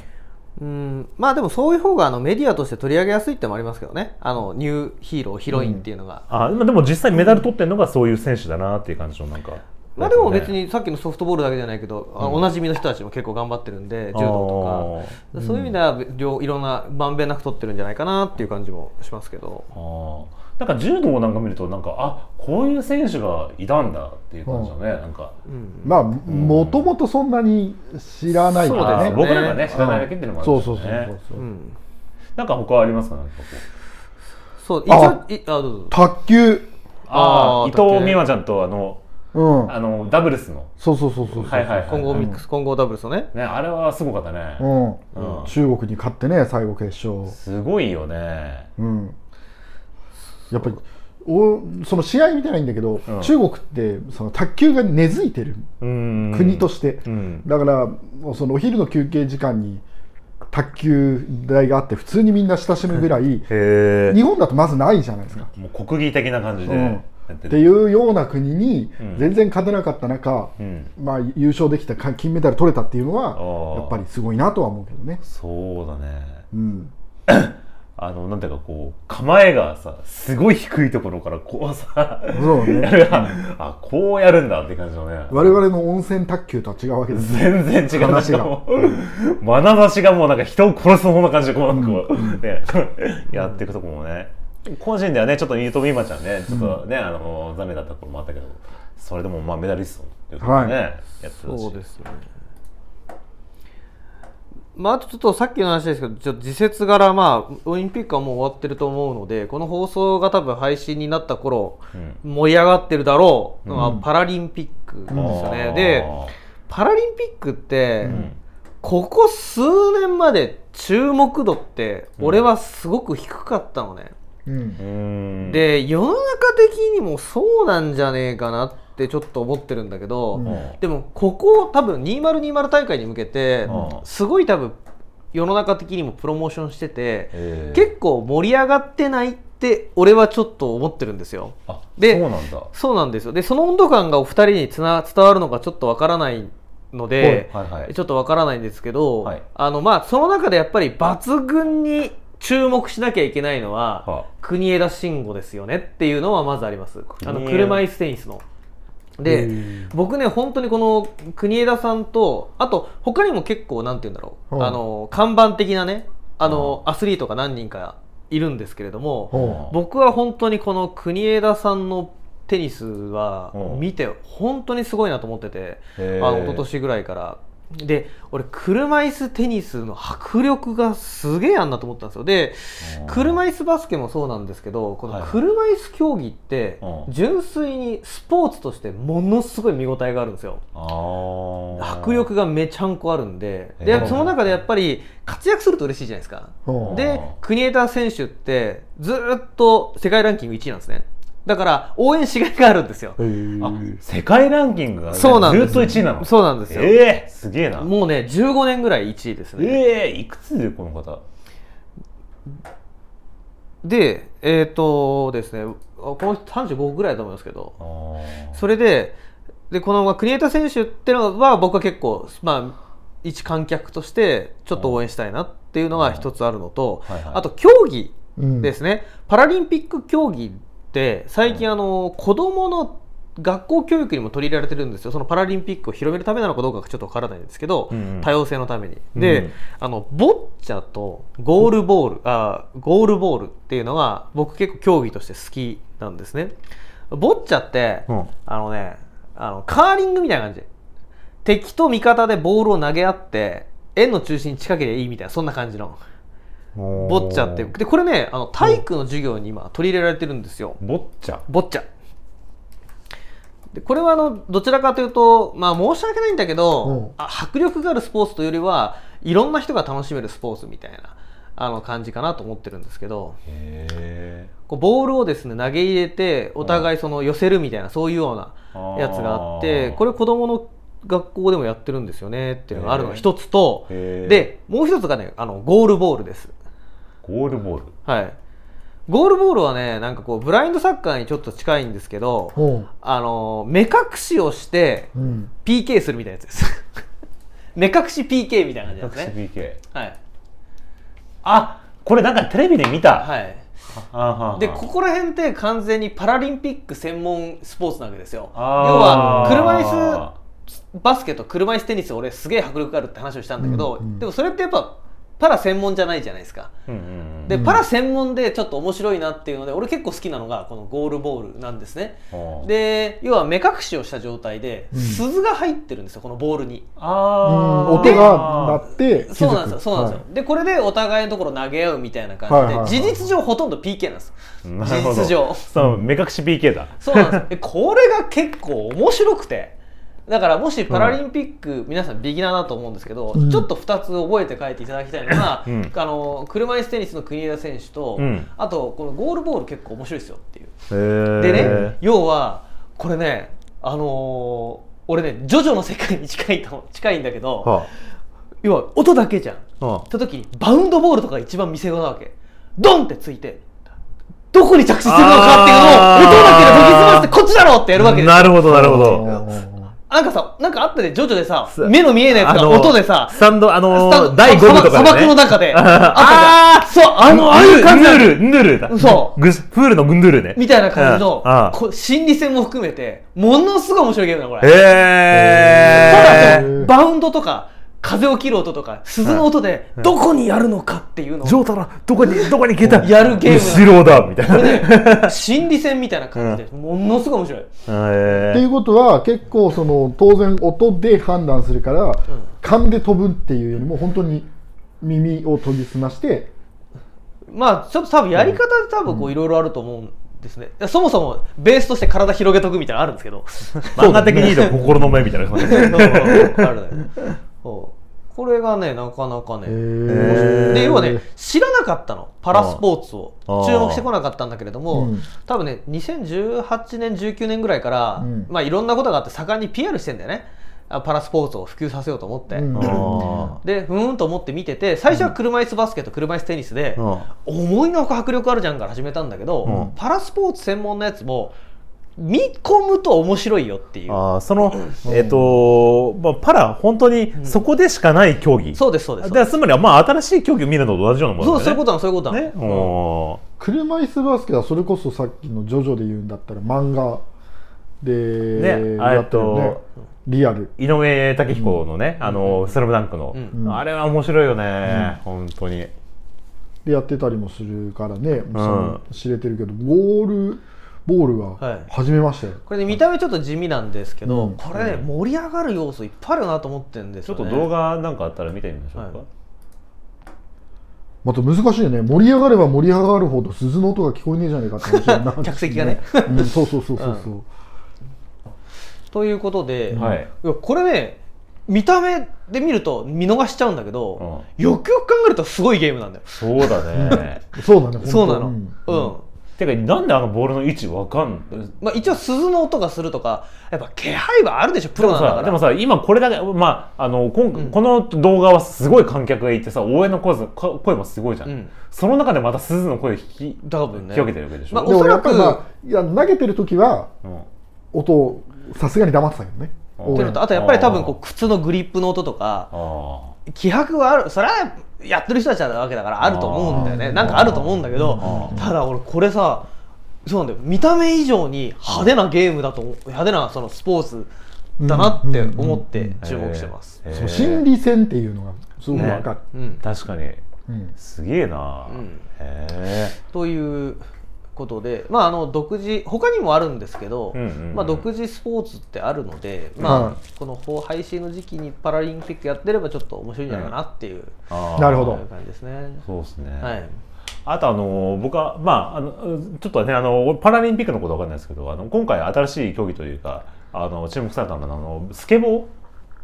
[SPEAKER 3] うんまあでもそういう方があのメディアとして取り上げやすいってのもありますけどねあのニューヒーローヒロインっていうのが、
[SPEAKER 1] あでも実際メダル取ってるのがそういう選手だなっていう感じのなんか、
[SPEAKER 3] まあでも別
[SPEAKER 1] ね
[SPEAKER 3] にさっきのソフトボールだけじゃないけど、あおなじみの人たちも結構頑張ってるんで柔道とかそういう意味では両いろんなまんべんなく取ってるんじゃないかなっていう感じもしますけど
[SPEAKER 1] あーなんか柔道をなんか見るとなんかあこういう選手がいたんだっていう感じだね、なんか
[SPEAKER 3] うん
[SPEAKER 2] まあもともとそんなに知らないか
[SPEAKER 1] あー
[SPEAKER 3] そうです
[SPEAKER 2] らね
[SPEAKER 3] ね
[SPEAKER 1] 僕らがね知らないだけっていうのもある
[SPEAKER 2] そ
[SPEAKER 1] ん
[SPEAKER 2] う
[SPEAKER 1] です
[SPEAKER 2] そ
[SPEAKER 1] よ
[SPEAKER 2] う
[SPEAKER 1] ね
[SPEAKER 2] そうそうそう
[SPEAKER 3] うん
[SPEAKER 1] なんか他ありますかなんかこ
[SPEAKER 3] そう一応いあどうぞ
[SPEAKER 2] 卓球、
[SPEAKER 1] ああ
[SPEAKER 3] あ
[SPEAKER 1] 伊
[SPEAKER 3] ー
[SPEAKER 1] 藤美誠ちゃんとあの
[SPEAKER 2] うん、
[SPEAKER 1] あのダブルスの
[SPEAKER 2] そうそうそうそうそう、
[SPEAKER 1] はいはいはい
[SPEAKER 3] 混合ミックス、混合ダブルスのね
[SPEAKER 1] ねあれはすごかったね、
[SPEAKER 2] うん
[SPEAKER 1] うん
[SPEAKER 2] 中国に勝ってね最後決勝、
[SPEAKER 1] すごいよね
[SPEAKER 2] うん、やっぱりおその試合見てないんだけど、
[SPEAKER 1] うん
[SPEAKER 2] 中国ってその卓球が根付いてる
[SPEAKER 1] うん
[SPEAKER 2] 国として、
[SPEAKER 1] うん
[SPEAKER 2] だからもうそのお昼の休憩時間に卓球台があって普通にみんな親しむぐらい
[SPEAKER 1] へ
[SPEAKER 2] 日本だとまずないじゃないですか。
[SPEAKER 1] えもう国技的な感じで
[SPEAKER 2] うん
[SPEAKER 1] やって
[SPEAKER 2] っていうような国に
[SPEAKER 1] うん
[SPEAKER 2] 全然勝てなかった中、
[SPEAKER 1] うん
[SPEAKER 2] まあ、優勝できたか金メダル取れたっていうの
[SPEAKER 1] あー
[SPEAKER 2] はやっぱりすごいなとは思うけどね。
[SPEAKER 1] そうだね
[SPEAKER 2] うん、
[SPEAKER 1] あのなんていうかこう構えがさすごい低いところからこうさ
[SPEAKER 2] そうね
[SPEAKER 1] やるなあこうやるんだって感じのね
[SPEAKER 2] 我々の温泉卓球とは違うわけですね。
[SPEAKER 1] 全然違う
[SPEAKER 2] 話が
[SPEAKER 1] もう眼差しがもうなんか人を殺すような感じでこうなんかこう、ねやっていくとこもね個人ではねちょっと伊藤美誠ちゃんねちょっとね、あの残念だったところもあったけどそれでもまあメダリストっていうことでね、
[SPEAKER 2] はい
[SPEAKER 1] やってたし
[SPEAKER 3] そうですよねまあ、あとちょっとさっきの話ですけどちょっと時節柄、まあ、オリンピックはもう終わってると思うのでこの放送が多分配信になった頃
[SPEAKER 1] うん
[SPEAKER 3] 盛り上がってるだろうのが
[SPEAKER 2] うん
[SPEAKER 3] パラリンピックですよね、
[SPEAKER 1] あー
[SPEAKER 3] でパラリンピックって、
[SPEAKER 1] うん
[SPEAKER 3] ここ数年まで注目度って俺はすごく低かったのね、
[SPEAKER 2] うん
[SPEAKER 1] うーん
[SPEAKER 3] で世の中的にもそうなんじゃねえかなってちょっと思ってるんだけど、
[SPEAKER 2] うん
[SPEAKER 3] でもここ多分2020大会に向けて
[SPEAKER 1] うん
[SPEAKER 3] すごい多分世の中的にもプロモーションしてて
[SPEAKER 1] えー
[SPEAKER 3] 結構盛り上がってないって俺はちょっと思ってるんですよ
[SPEAKER 1] あ
[SPEAKER 3] で
[SPEAKER 1] そうなんだは
[SPEAKER 3] そうなんですよでその温度感がお二人につな伝わるのかちょっとわからないので、
[SPEAKER 1] いはい
[SPEAKER 3] ちょっとわからないんですけど、
[SPEAKER 1] はい
[SPEAKER 3] あのまあその中でやっぱり抜群に注目しなきゃいけないのは、
[SPEAKER 1] は
[SPEAKER 3] 国枝慎吾ですよねっていうのはまずありますあの
[SPEAKER 1] 国枝
[SPEAKER 3] 車椅子テニスの。
[SPEAKER 2] う
[SPEAKER 3] で
[SPEAKER 2] ん
[SPEAKER 3] 僕ね本当にこの国枝さんとあと他にも結構なんて言うんだろう、
[SPEAKER 2] うん
[SPEAKER 3] あの看板的なねあの、アスリートが何人かいるんですけれども、
[SPEAKER 2] ほ
[SPEAKER 3] 僕は本当にこの国枝さんのテニスは
[SPEAKER 1] うん
[SPEAKER 3] 見て本当にすごいなと思ってて、
[SPEAKER 1] へー
[SPEAKER 3] あの一昨年ぐらいから。で俺車椅子テニスの迫力がすげえあんなと思ったんですよで
[SPEAKER 1] うん
[SPEAKER 3] 車椅子バスケもそうなんですけどこ
[SPEAKER 1] はい
[SPEAKER 3] の車椅子競技って
[SPEAKER 1] うん
[SPEAKER 3] 純粋にスポーツとしてものすごい見応えがあるんですよ
[SPEAKER 1] あー
[SPEAKER 3] 迫力がめちゃんこあるんで
[SPEAKER 1] へ
[SPEAKER 3] で
[SPEAKER 1] ー
[SPEAKER 3] その中でやっぱり活躍すると嬉しいじゃないですか
[SPEAKER 2] うほう
[SPEAKER 3] で
[SPEAKER 1] あー
[SPEAKER 3] 国枝選手ってずーっと世界ランキング1位なんですねだから応援しがいがあるんですよ
[SPEAKER 2] へ
[SPEAKER 1] あ
[SPEAKER 2] ー
[SPEAKER 1] 世界ランキングがねず
[SPEAKER 3] そうなんです
[SPEAKER 1] ーっと1位なの
[SPEAKER 3] そうなんですよ、
[SPEAKER 1] ええすげえな
[SPEAKER 3] もうね15年ぐらい1位ですね、
[SPEAKER 1] ええいくつでこの方
[SPEAKER 3] でえっ、とですねあこの人35ぐらいだと思いますけどそれででこの国枝選手ってのは僕は結構まあ一観客としてちょっと応援したいなっていうのが一つあるのと、
[SPEAKER 1] はいはい
[SPEAKER 3] あと競技
[SPEAKER 2] うん
[SPEAKER 3] ですね、パラリンピック競技って最近あの子どもの学校教育にも取り入れられてるんですよそのパラリンピックを広めるためなのかどうかがちょっとわからないんですけど、
[SPEAKER 1] うんうん
[SPEAKER 3] 多様性のために、
[SPEAKER 1] うん
[SPEAKER 3] であのボッチャとゴールボールあゴールボールっていうのが僕結構競技として好きなんですねボッチャって、
[SPEAKER 1] うん
[SPEAKER 3] あのねあのカーリングみたいな感じ敵と味方でボールを投げ合って円の中心に近ければいいみたいなそんな感じのボッチャってでこれねあの体育の授業に今取り入れられてるんですよ
[SPEAKER 1] ボッチャ
[SPEAKER 3] ボッチャでこれはあのどちらかというと、まあ、申し訳ないんだけ
[SPEAKER 2] うん
[SPEAKER 3] どあ迫力があるスポーツというよりはいろんな人が楽しめるスポーツみたいなあの感じかなと思ってるんですけど
[SPEAKER 1] へ
[SPEAKER 3] こうボールをですね投げ入れてお互いその寄せるみたいなそういうような
[SPEAKER 1] ー
[SPEAKER 3] やつがあってこれ子どもの学校でもやってるんですよねっていうのがあるのが一つと
[SPEAKER 1] へー
[SPEAKER 3] でもう一つがねあのゴールボールです。
[SPEAKER 1] ゴールボール
[SPEAKER 3] はい、ゴールボールはねなんかこうブラインドサッカーにちょっと近いんですけど
[SPEAKER 2] ほ
[SPEAKER 3] あの目隠しをして
[SPEAKER 2] ううん
[SPEAKER 3] PK するみたいなやつです 目隠し PK みたいな感じなんですね
[SPEAKER 1] XBK
[SPEAKER 3] はい、
[SPEAKER 1] あこれなんかテレビで見た
[SPEAKER 3] はい、
[SPEAKER 1] は
[SPEAKER 3] でここら辺って完全にパラリンピック専門スポーツなわけですよ要
[SPEAKER 1] あ
[SPEAKER 3] は
[SPEAKER 1] ー
[SPEAKER 3] 車椅子バスケと車椅子テニス俺すげえ迫力があるって話をしたんだけど、
[SPEAKER 2] うんうん
[SPEAKER 3] でもそれってやっぱパラ専門じゃないじゃないですか
[SPEAKER 1] うんうん
[SPEAKER 3] で
[SPEAKER 2] うん
[SPEAKER 3] パラ専門でちょっと面白いなっていうので俺結構好きなのがこのゴールボールなんですね
[SPEAKER 1] うん、
[SPEAKER 3] で要は目隠しをした状態で
[SPEAKER 2] うん
[SPEAKER 3] 鈴が入ってるんですよこのボールに
[SPEAKER 1] あー
[SPEAKER 2] うん音が鳴って気づく
[SPEAKER 3] そうなんですよそうなんですよ、でこれでお互いのところ投げ合うみたいな
[SPEAKER 2] はい
[SPEAKER 3] 感
[SPEAKER 2] はいはい
[SPEAKER 3] じで事実上ほとんど PK なんです
[SPEAKER 1] なるほど
[SPEAKER 3] 事実上
[SPEAKER 1] そう目隠し PK だ
[SPEAKER 3] そうなんです。でこれが結構面白くて。だからもしパラリンピック、皆さんビギナーだと思うんですけど、
[SPEAKER 2] うん
[SPEAKER 3] ちょっと2つ覚えて帰っていただきたいのが、
[SPEAKER 1] うん
[SPEAKER 3] あの車椅子テニスの国枝選手と、
[SPEAKER 1] うん
[SPEAKER 3] あとこのゴールボール結構面白いですよっていう。
[SPEAKER 1] へー
[SPEAKER 3] でね、要はこれね、あのー俺ねジョジョの世界に近いと近いんだけど、
[SPEAKER 1] は
[SPEAKER 3] 要は音だけじゃん。
[SPEAKER 1] あは
[SPEAKER 3] った時にバウンドボールとかが一番見せ場なわけドンってついてどこに着地するのかっていうのを音だけで研ぎ澄ましてこっちだろうってやるわけです
[SPEAKER 1] なるほどなるほ
[SPEAKER 2] う
[SPEAKER 1] ど
[SPEAKER 2] ん
[SPEAKER 3] なんかさなんかあったでジョジョでさ
[SPEAKER 1] す
[SPEAKER 3] 目の見えないやつが
[SPEAKER 1] の
[SPEAKER 3] 音でさ
[SPEAKER 1] スタンドあの
[SPEAKER 3] スタン
[SPEAKER 1] 第5部とか
[SPEAKER 3] 砂
[SPEAKER 1] で、ね、
[SPEAKER 3] 漠の中で
[SPEAKER 1] あー
[SPEAKER 3] あったじゃんそうあのああいう感じな
[SPEAKER 1] ヌ
[SPEAKER 3] の
[SPEAKER 1] ルヌルだ
[SPEAKER 3] そう
[SPEAKER 1] グスプールのヌルね
[SPEAKER 3] みたいな感じの
[SPEAKER 1] うんあー
[SPEAKER 3] こ心理戦も含めてものすごい面白いゲームだこれ
[SPEAKER 1] へ
[SPEAKER 2] へ
[SPEAKER 1] ー
[SPEAKER 2] ー
[SPEAKER 3] バウンドとか風を切る音とか鈴の音でどこにやるのかっていうのを
[SPEAKER 1] ジョータラどこにどこに消えた
[SPEAKER 3] やるゲーム
[SPEAKER 1] 後ろだみたい な
[SPEAKER 3] これね心理戦みたいな感じでものすごい面白い
[SPEAKER 1] へ
[SPEAKER 2] ってい
[SPEAKER 1] ー
[SPEAKER 2] うことは結構その当然音で判断するから、勘で飛ぶっていうよりも本当に耳を研ぎ澄まして
[SPEAKER 3] まあちょっと多分やり方で多分こういろいろあると思うんですね、そもそもベースとして体広げとくみたいなのあるんですけど
[SPEAKER 1] 漫画的に言うと心の目みたいな感 じ
[SPEAKER 3] そうそうそうあるねそうこれがねなかなかね、
[SPEAKER 2] へ
[SPEAKER 1] ー
[SPEAKER 3] で要はね知らなかったのパラスポーツを
[SPEAKER 1] ああ
[SPEAKER 3] 注目してこなかったんだけれども、
[SPEAKER 2] うん
[SPEAKER 3] 多分ね2018年19年ぐらいから、
[SPEAKER 2] うん
[SPEAKER 3] まあいろんなことがあって盛んに PR してんだよねあパラスポーツを普及させようと思って、
[SPEAKER 2] うん
[SPEAKER 1] あ
[SPEAKER 3] でふーんと思って見てて最初は車椅子バスケと車椅子テニスで、
[SPEAKER 1] ー
[SPEAKER 3] 思いのほか迫力あるじゃんから始めたんだけど、
[SPEAKER 1] うん
[SPEAKER 3] パラスポーツ専門のやつも見込むと面白いよっていう
[SPEAKER 1] あーその、えっ、と、まあ、パラ、本当にそこでしかない競技。
[SPEAKER 3] そうですそうです
[SPEAKER 1] だからつまりは、まあ、新しい競技を見るのと同じようなも
[SPEAKER 3] そ
[SPEAKER 1] の
[SPEAKER 3] う
[SPEAKER 1] だ
[SPEAKER 3] そういう
[SPEAKER 1] よ
[SPEAKER 3] ことなのそういうことな
[SPEAKER 1] ね。
[SPEAKER 3] の、
[SPEAKER 1] ねお
[SPEAKER 2] 車椅子バスケはそれこそさっきの「ジョジョ」で言うんだったら漫画で
[SPEAKER 1] ね
[SPEAKER 2] やってるよ
[SPEAKER 1] えっ
[SPEAKER 2] ね
[SPEAKER 1] と
[SPEAKER 2] リアル
[SPEAKER 1] ー井上武彦のね、あの、スラムダンクの、
[SPEAKER 3] うん
[SPEAKER 1] あれは面白いよね、本当に。
[SPEAKER 2] でやってたりもするからね、その知れてるけどゴールボール
[SPEAKER 3] は
[SPEAKER 2] はい初めましたよ、
[SPEAKER 3] これね見た目ちょっと地味なんですけど、
[SPEAKER 2] うん
[SPEAKER 3] これね盛り上がる要素いっぱいあるなと思ってるんです
[SPEAKER 1] ちょっ
[SPEAKER 3] よ、ね、
[SPEAKER 1] と動画なんかあったら見てみましょうか。
[SPEAKER 3] はい
[SPEAKER 2] また難しいよね盛り上がれば盛り上がるほど鈴の音が聞こえねえじゃねえかって話にな る
[SPEAKER 3] 客席がね、
[SPEAKER 2] うん、そうそうそうそうそう、
[SPEAKER 3] ということで、
[SPEAKER 1] はい
[SPEAKER 3] いやこれね見た目で見ると見逃しちゃうんだけど、よくよく考えるとすごいゲームなんだよ、
[SPEAKER 1] そうだね。
[SPEAKER 2] そうだね本当
[SPEAKER 3] そうなの
[SPEAKER 2] ん
[SPEAKER 3] うん、
[SPEAKER 1] てか、なんであのボールの位置わかん
[SPEAKER 3] まあ、一応鈴の音がするとかやっぱ気配はあるでしょプ
[SPEAKER 1] でも
[SPEAKER 3] ロなんだか
[SPEAKER 1] さ
[SPEAKER 3] ら
[SPEAKER 1] でもさ今これだけまああのこん、
[SPEAKER 3] うん
[SPEAKER 1] この動画はすごい観客がいてさ応援の声こ声もすごいじゃん、
[SPEAKER 3] うん
[SPEAKER 1] その中でまた鈴の声を聞き
[SPEAKER 3] 多分ね
[SPEAKER 1] 聞き分けてるわけでしょ、
[SPEAKER 3] まあ
[SPEAKER 2] でも
[SPEAKER 3] おそ
[SPEAKER 2] や
[SPEAKER 3] ら
[SPEAKER 2] っ
[SPEAKER 3] く
[SPEAKER 2] ぱり、まあ、いや投げてる時は
[SPEAKER 1] うん
[SPEAKER 2] 音をさすがに黙ってたけど
[SPEAKER 1] う
[SPEAKER 2] ね
[SPEAKER 1] ん
[SPEAKER 2] 応
[SPEAKER 3] って
[SPEAKER 2] 援
[SPEAKER 3] のとあとやっぱり多分こう靴のグリップの音とか
[SPEAKER 1] あ
[SPEAKER 3] 気迫はあるそれはやってる人たちなわけだからあると思うんだよ
[SPEAKER 2] あ
[SPEAKER 3] ね
[SPEAKER 2] ー
[SPEAKER 3] なんかあると思うんだけど
[SPEAKER 1] あー
[SPEAKER 3] ただ俺これさそうなんだよ見た目以上に派手なゲームだと思う派手なそのスポーツだなって思って
[SPEAKER 1] ー
[SPEAKER 3] 注目してます。
[SPEAKER 1] えーえー
[SPEAKER 2] そう心理戦っていうのがすごく分かる、
[SPEAKER 3] うん、
[SPEAKER 1] 確かに
[SPEAKER 2] うん
[SPEAKER 1] すげえな、
[SPEAKER 3] うん
[SPEAKER 1] へえ
[SPEAKER 3] ということで、まあ、あの独自他にもあるんですけど、
[SPEAKER 1] うんうんうん
[SPEAKER 3] まあ、独自スポーツってあるので、ま
[SPEAKER 2] は
[SPEAKER 3] あ、この放配信の時期にパラリンピックやってればちょっと面白いんじゃないかなっていう、
[SPEAKER 1] あー
[SPEAKER 2] なるほ
[SPEAKER 3] そう
[SPEAKER 2] ど
[SPEAKER 3] いう感じですね。
[SPEAKER 1] そうですね、
[SPEAKER 3] はい
[SPEAKER 1] あとあの僕はまああのちょっとねあのパラリンピックのことわかんないですけどあの今回新しい競技というかあの注目されたのがあのスケボー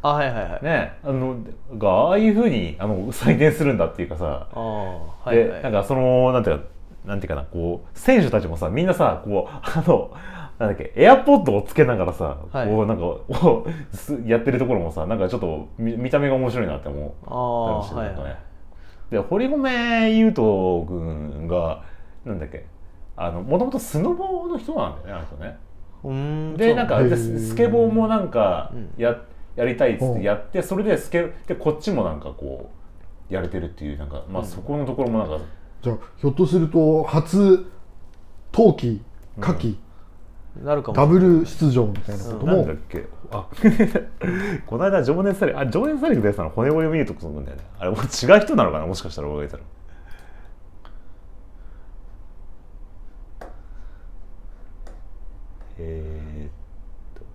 [SPEAKER 3] あはいはいはい。
[SPEAKER 1] ねあのがああいうふうにあの再現するんだっていうかさ、
[SPEAKER 3] あーはいは
[SPEAKER 1] で
[SPEAKER 3] い
[SPEAKER 1] なんかそのなんていうかなんていうかなこう選手たちもさみんなさこうあのなんだっけエアポッドをつけながらさ、
[SPEAKER 3] はい
[SPEAKER 1] こうなんかこうす やってるところもさなんかちょっと見見た目が面白いなって思う
[SPEAKER 3] あー
[SPEAKER 1] 楽しい
[SPEAKER 3] は
[SPEAKER 1] ないんか
[SPEAKER 3] はい
[SPEAKER 1] ね。で堀米雄斗君がなんだっけあのもともとスノボの人なんだよねあの人ね。
[SPEAKER 3] うーん
[SPEAKER 1] でなんか
[SPEAKER 2] へー
[SPEAKER 1] でスケボーもなんか
[SPEAKER 3] うん
[SPEAKER 1] や,、やりたいっつっ
[SPEAKER 2] う
[SPEAKER 1] て
[SPEAKER 2] ん
[SPEAKER 1] やってそれでスケでこっちもなんかこうやれてるっていうなんか、まあ、
[SPEAKER 3] うん
[SPEAKER 1] そこのところもなんか、
[SPEAKER 2] じゃあひょっとすると初冬季夏季、
[SPEAKER 3] なるかも
[SPEAKER 2] ダブル出場みたいなこと
[SPEAKER 1] なん
[SPEAKER 2] も
[SPEAKER 1] だっけあ この間情熱大陸あ情熱大陸出てたの骨折りを見るとこそなんだよねあれもう違う人なのかなもしかしたら俺がいたらえーっと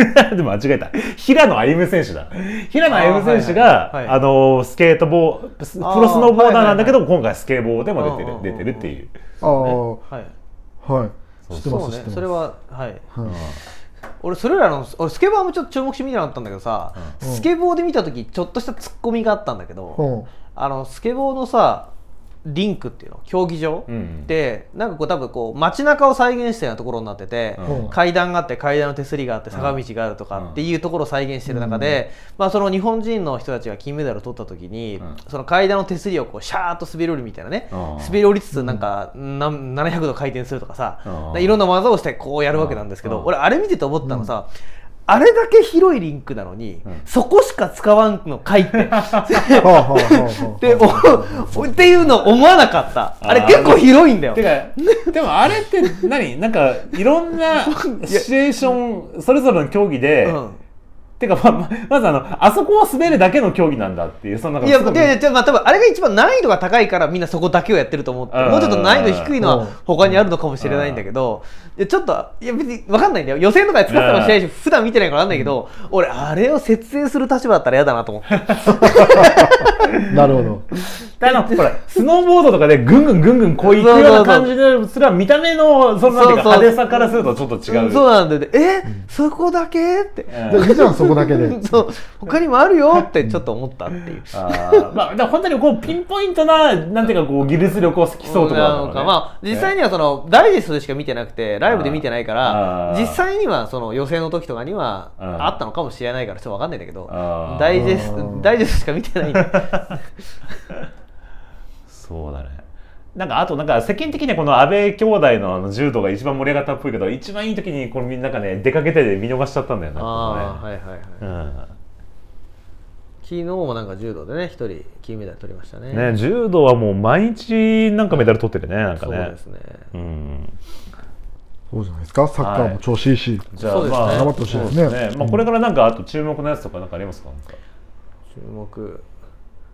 [SPEAKER 1] でも間違えた平野歩夢選手だ平野歩夢選手が
[SPEAKER 3] あーはいはいはい
[SPEAKER 1] あのスケートボースプロスノーボーダーなんだけど今回スケボーでも出て
[SPEAKER 3] う
[SPEAKER 1] る
[SPEAKER 3] んうん
[SPEAKER 1] 出てるっていう
[SPEAKER 2] ああ
[SPEAKER 3] はい
[SPEAKER 2] はい知ってま
[SPEAKER 3] そう
[SPEAKER 2] す知
[SPEAKER 3] ね
[SPEAKER 2] ってます
[SPEAKER 3] それははい
[SPEAKER 2] はい
[SPEAKER 3] 俺それらの俺スケボーもちょっと注目して見てなかったんだけどさ、
[SPEAKER 2] うん
[SPEAKER 3] スケボーで見た時ちょっとしたツッコミがあったんだけど、
[SPEAKER 2] うん
[SPEAKER 3] あのスケボーのさリンクっていうの競技場、
[SPEAKER 1] うんうん
[SPEAKER 3] でなんかこう多分こう街中を再現したようなところになってて、
[SPEAKER 1] うん
[SPEAKER 3] 階段があって階段の手すりがあって坂道があると
[SPEAKER 1] うん
[SPEAKER 3] かっていうところを再現してる中で、まあ、その日本人の人たちが金メダルを取った時に、
[SPEAKER 1] うん
[SPEAKER 3] その階段の手すりをこうシャーッと滑り降りるみたいなね、
[SPEAKER 1] うん
[SPEAKER 3] 滑り降りつつなんか、なん700度回転するとかさ、
[SPEAKER 1] うん
[SPEAKER 3] でいろんな技をしてこうやるわけなんですけど、
[SPEAKER 1] うん
[SPEAKER 3] 俺あれ見てて思ったのさ、あれだけ広いリンクなのに、
[SPEAKER 1] うん
[SPEAKER 3] そこしか使わんのかいって。
[SPEAKER 2] はあはあは
[SPEAKER 3] でおっていうの思わなかったあれ
[SPEAKER 1] あー
[SPEAKER 3] 結構広いんだよ
[SPEAKER 1] てかでもあれって何 なんかいろんなシチュエーションそれぞれの競技で、
[SPEAKER 3] う
[SPEAKER 1] てかまあままずあのあそこは滑るだけの競技なんだっていうそのなん
[SPEAKER 3] ん、
[SPEAKER 1] か
[SPEAKER 3] いや
[SPEAKER 1] すごく
[SPEAKER 3] でででまあ多分あれが一番難易度が高いからみんなそこだけをやってると思って
[SPEAKER 1] うん
[SPEAKER 3] もうちょっと難易度低いの
[SPEAKER 2] うん
[SPEAKER 3] は他にあるのかもしれないんだけどいやちょっといや別に分かんないんだよ予選とかで使ってたかもしれないし普段見てないから分かんないけど俺あれを設営する立場だったら嫌だなと思って
[SPEAKER 2] あなるほど
[SPEAKER 1] あのほらスノーボードとかでぐんぐんぐんぐんこういくような感じでそれは見た目のそのなんていうか
[SPEAKER 3] そうそ
[SPEAKER 1] 派
[SPEAKER 3] う
[SPEAKER 1] 手さからするとちょっと 違う
[SPEAKER 3] そうなんだよねえそこだけって
[SPEAKER 1] うん
[SPEAKER 2] でいいじゃんそこだけ で
[SPEAKER 3] そう他にもあるよってちょっと思ったっていう
[SPEAKER 1] あーまあ、だから本当にこうピンポイントな、なんていうかこう、技術力を競うところだ
[SPEAKER 3] な
[SPEAKER 1] ろう
[SPEAKER 3] の
[SPEAKER 1] ね
[SPEAKER 3] かまあ実際にはそのダイジェストでしか見てなくてライブで見てないか
[SPEAKER 1] あ
[SPEAKER 3] ら
[SPEAKER 1] ー
[SPEAKER 3] 実際にはその予選の時とかには
[SPEAKER 1] うん
[SPEAKER 3] あったのかもしれないからちょっとわかんないんだけど
[SPEAKER 1] あー
[SPEAKER 3] ダイジェス
[SPEAKER 2] う
[SPEAKER 3] ト
[SPEAKER 2] ん
[SPEAKER 3] ダイジェストしか見 てないんで
[SPEAKER 1] そうだね。なんかあとなんか世間的にはこの安倍兄弟のあの柔道が一番盛り上がったっぽいけど一番いい時にこのみんながね出かけてで見逃しちゃったんだよな
[SPEAKER 3] ああ
[SPEAKER 1] こ
[SPEAKER 3] はいはいはい
[SPEAKER 1] こね
[SPEAKER 3] 昨日もなんか柔道でね一人金メダル取りましたね
[SPEAKER 1] うんね柔道はもう毎日なんかメダル取ってるねなんか
[SPEAKER 3] そう
[SPEAKER 1] ね
[SPEAKER 3] ですね
[SPEAKER 1] うん
[SPEAKER 2] そうじゃないですかサッカーも調子いいし、
[SPEAKER 1] じゃあ
[SPEAKER 3] そうですね
[SPEAKER 1] まあ
[SPEAKER 2] 頑張ってほしいですね
[SPEAKER 1] そうまあこれからなんかあと注目のやつとかなんかありますかなんか
[SPEAKER 3] 注目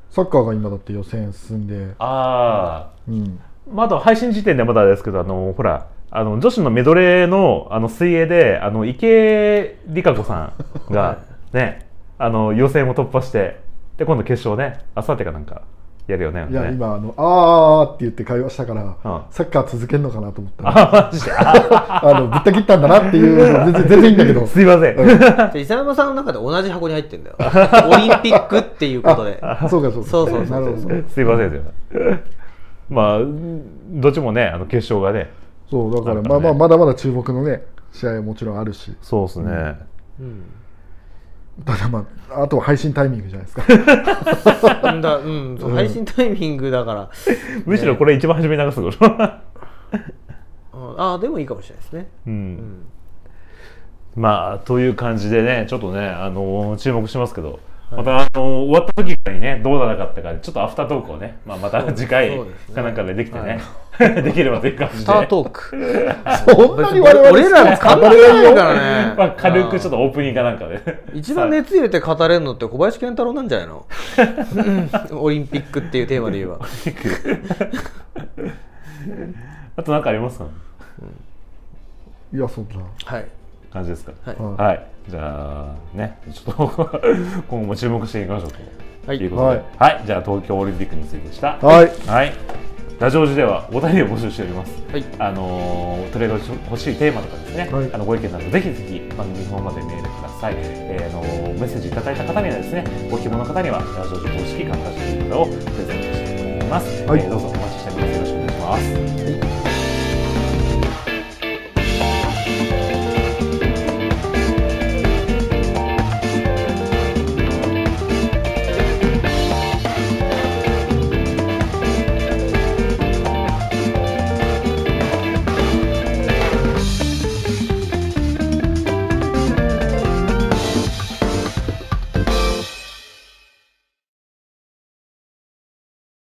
[SPEAKER 2] サッカーが今だって予選進んで、
[SPEAKER 1] ああ
[SPEAKER 2] うん、
[SPEAKER 1] まあ、あと配信時点ではまだですけどあのほらあの女子のメドレーのあの水泳であの池江璃花子さんがねあの予選を突破してで今度決勝ねあさってかなんかやるよね
[SPEAKER 2] いや、
[SPEAKER 1] ね
[SPEAKER 2] 今あの「あー」って言って会話したから、
[SPEAKER 1] うん
[SPEAKER 2] サッカー続けるのかなと思った
[SPEAKER 1] あ
[SPEAKER 2] ら
[SPEAKER 1] マジであ
[SPEAKER 2] あのぶった切ったんだなっていうのは全 然全然いいんだけ ど
[SPEAKER 1] すいません、
[SPEAKER 2] うん
[SPEAKER 3] じゃあ伊沢山さんの中で同じ箱に入ってんだよ オリンピックっていうこと で
[SPEAKER 2] あそうかそうか
[SPEAKER 3] そうそうそう
[SPEAKER 2] なるほど
[SPEAKER 1] すいませんですよまあどっちもねあの決勝がね
[SPEAKER 2] そうだから
[SPEAKER 1] なんかね
[SPEAKER 2] まあまあまだまだ注目のね試合はもちろんあるし
[SPEAKER 1] そうですね、
[SPEAKER 3] うん
[SPEAKER 2] ただまああとは配信タイミングじゃないですか
[SPEAKER 3] うんだうんそう配信タイミングだから
[SPEAKER 1] むしろこれ一番初めに流すこと
[SPEAKER 3] うんああでもいいかもしれないですね
[SPEAKER 1] うん
[SPEAKER 3] うん
[SPEAKER 1] まあという感じでねちょっとね、あのー注目しますけど、また、あのー終わった時にねどうならなかったかちょっとアフタートークをね、まあ、また次回
[SPEAKER 3] そうですね
[SPEAKER 1] かなんかでできてね、 できればという感じで
[SPEAKER 3] スタートー ク
[SPEAKER 2] そんなに我々
[SPEAKER 3] 俺らも
[SPEAKER 2] 好き
[SPEAKER 3] 語れないからね
[SPEAKER 1] まあ、軽くちょっとオープニングかなんかで、
[SPEAKER 3] 一番熱入れて語れるのって小林健太郎なんじゃないの うんオリンピックっていうテーマで言えば
[SPEAKER 1] あと何かありますか
[SPEAKER 2] いやそうだ
[SPEAKER 3] はい
[SPEAKER 1] 感じですか
[SPEAKER 3] はい
[SPEAKER 2] うん
[SPEAKER 1] はい、じゃあねちょっと今後も注目していきましょうと,、
[SPEAKER 3] はい
[SPEAKER 1] いうことで、はいじゃあ東京オリンピックについてでした。
[SPEAKER 2] はい
[SPEAKER 1] はい。ラジオ時ではお便りを募集しております。
[SPEAKER 3] はい
[SPEAKER 1] あのー取り上げてほしいテーマとかですね、
[SPEAKER 2] はい
[SPEAKER 1] あのご意見などぜひぜひ番組の方までメールください。えーあのーメッセージいただいた方にはですね、ご希望の方にはラジオ時公式感化している方をプレゼントしております。
[SPEAKER 2] はい
[SPEAKER 1] えーどうぞお待ちしております。よろしくお願いします。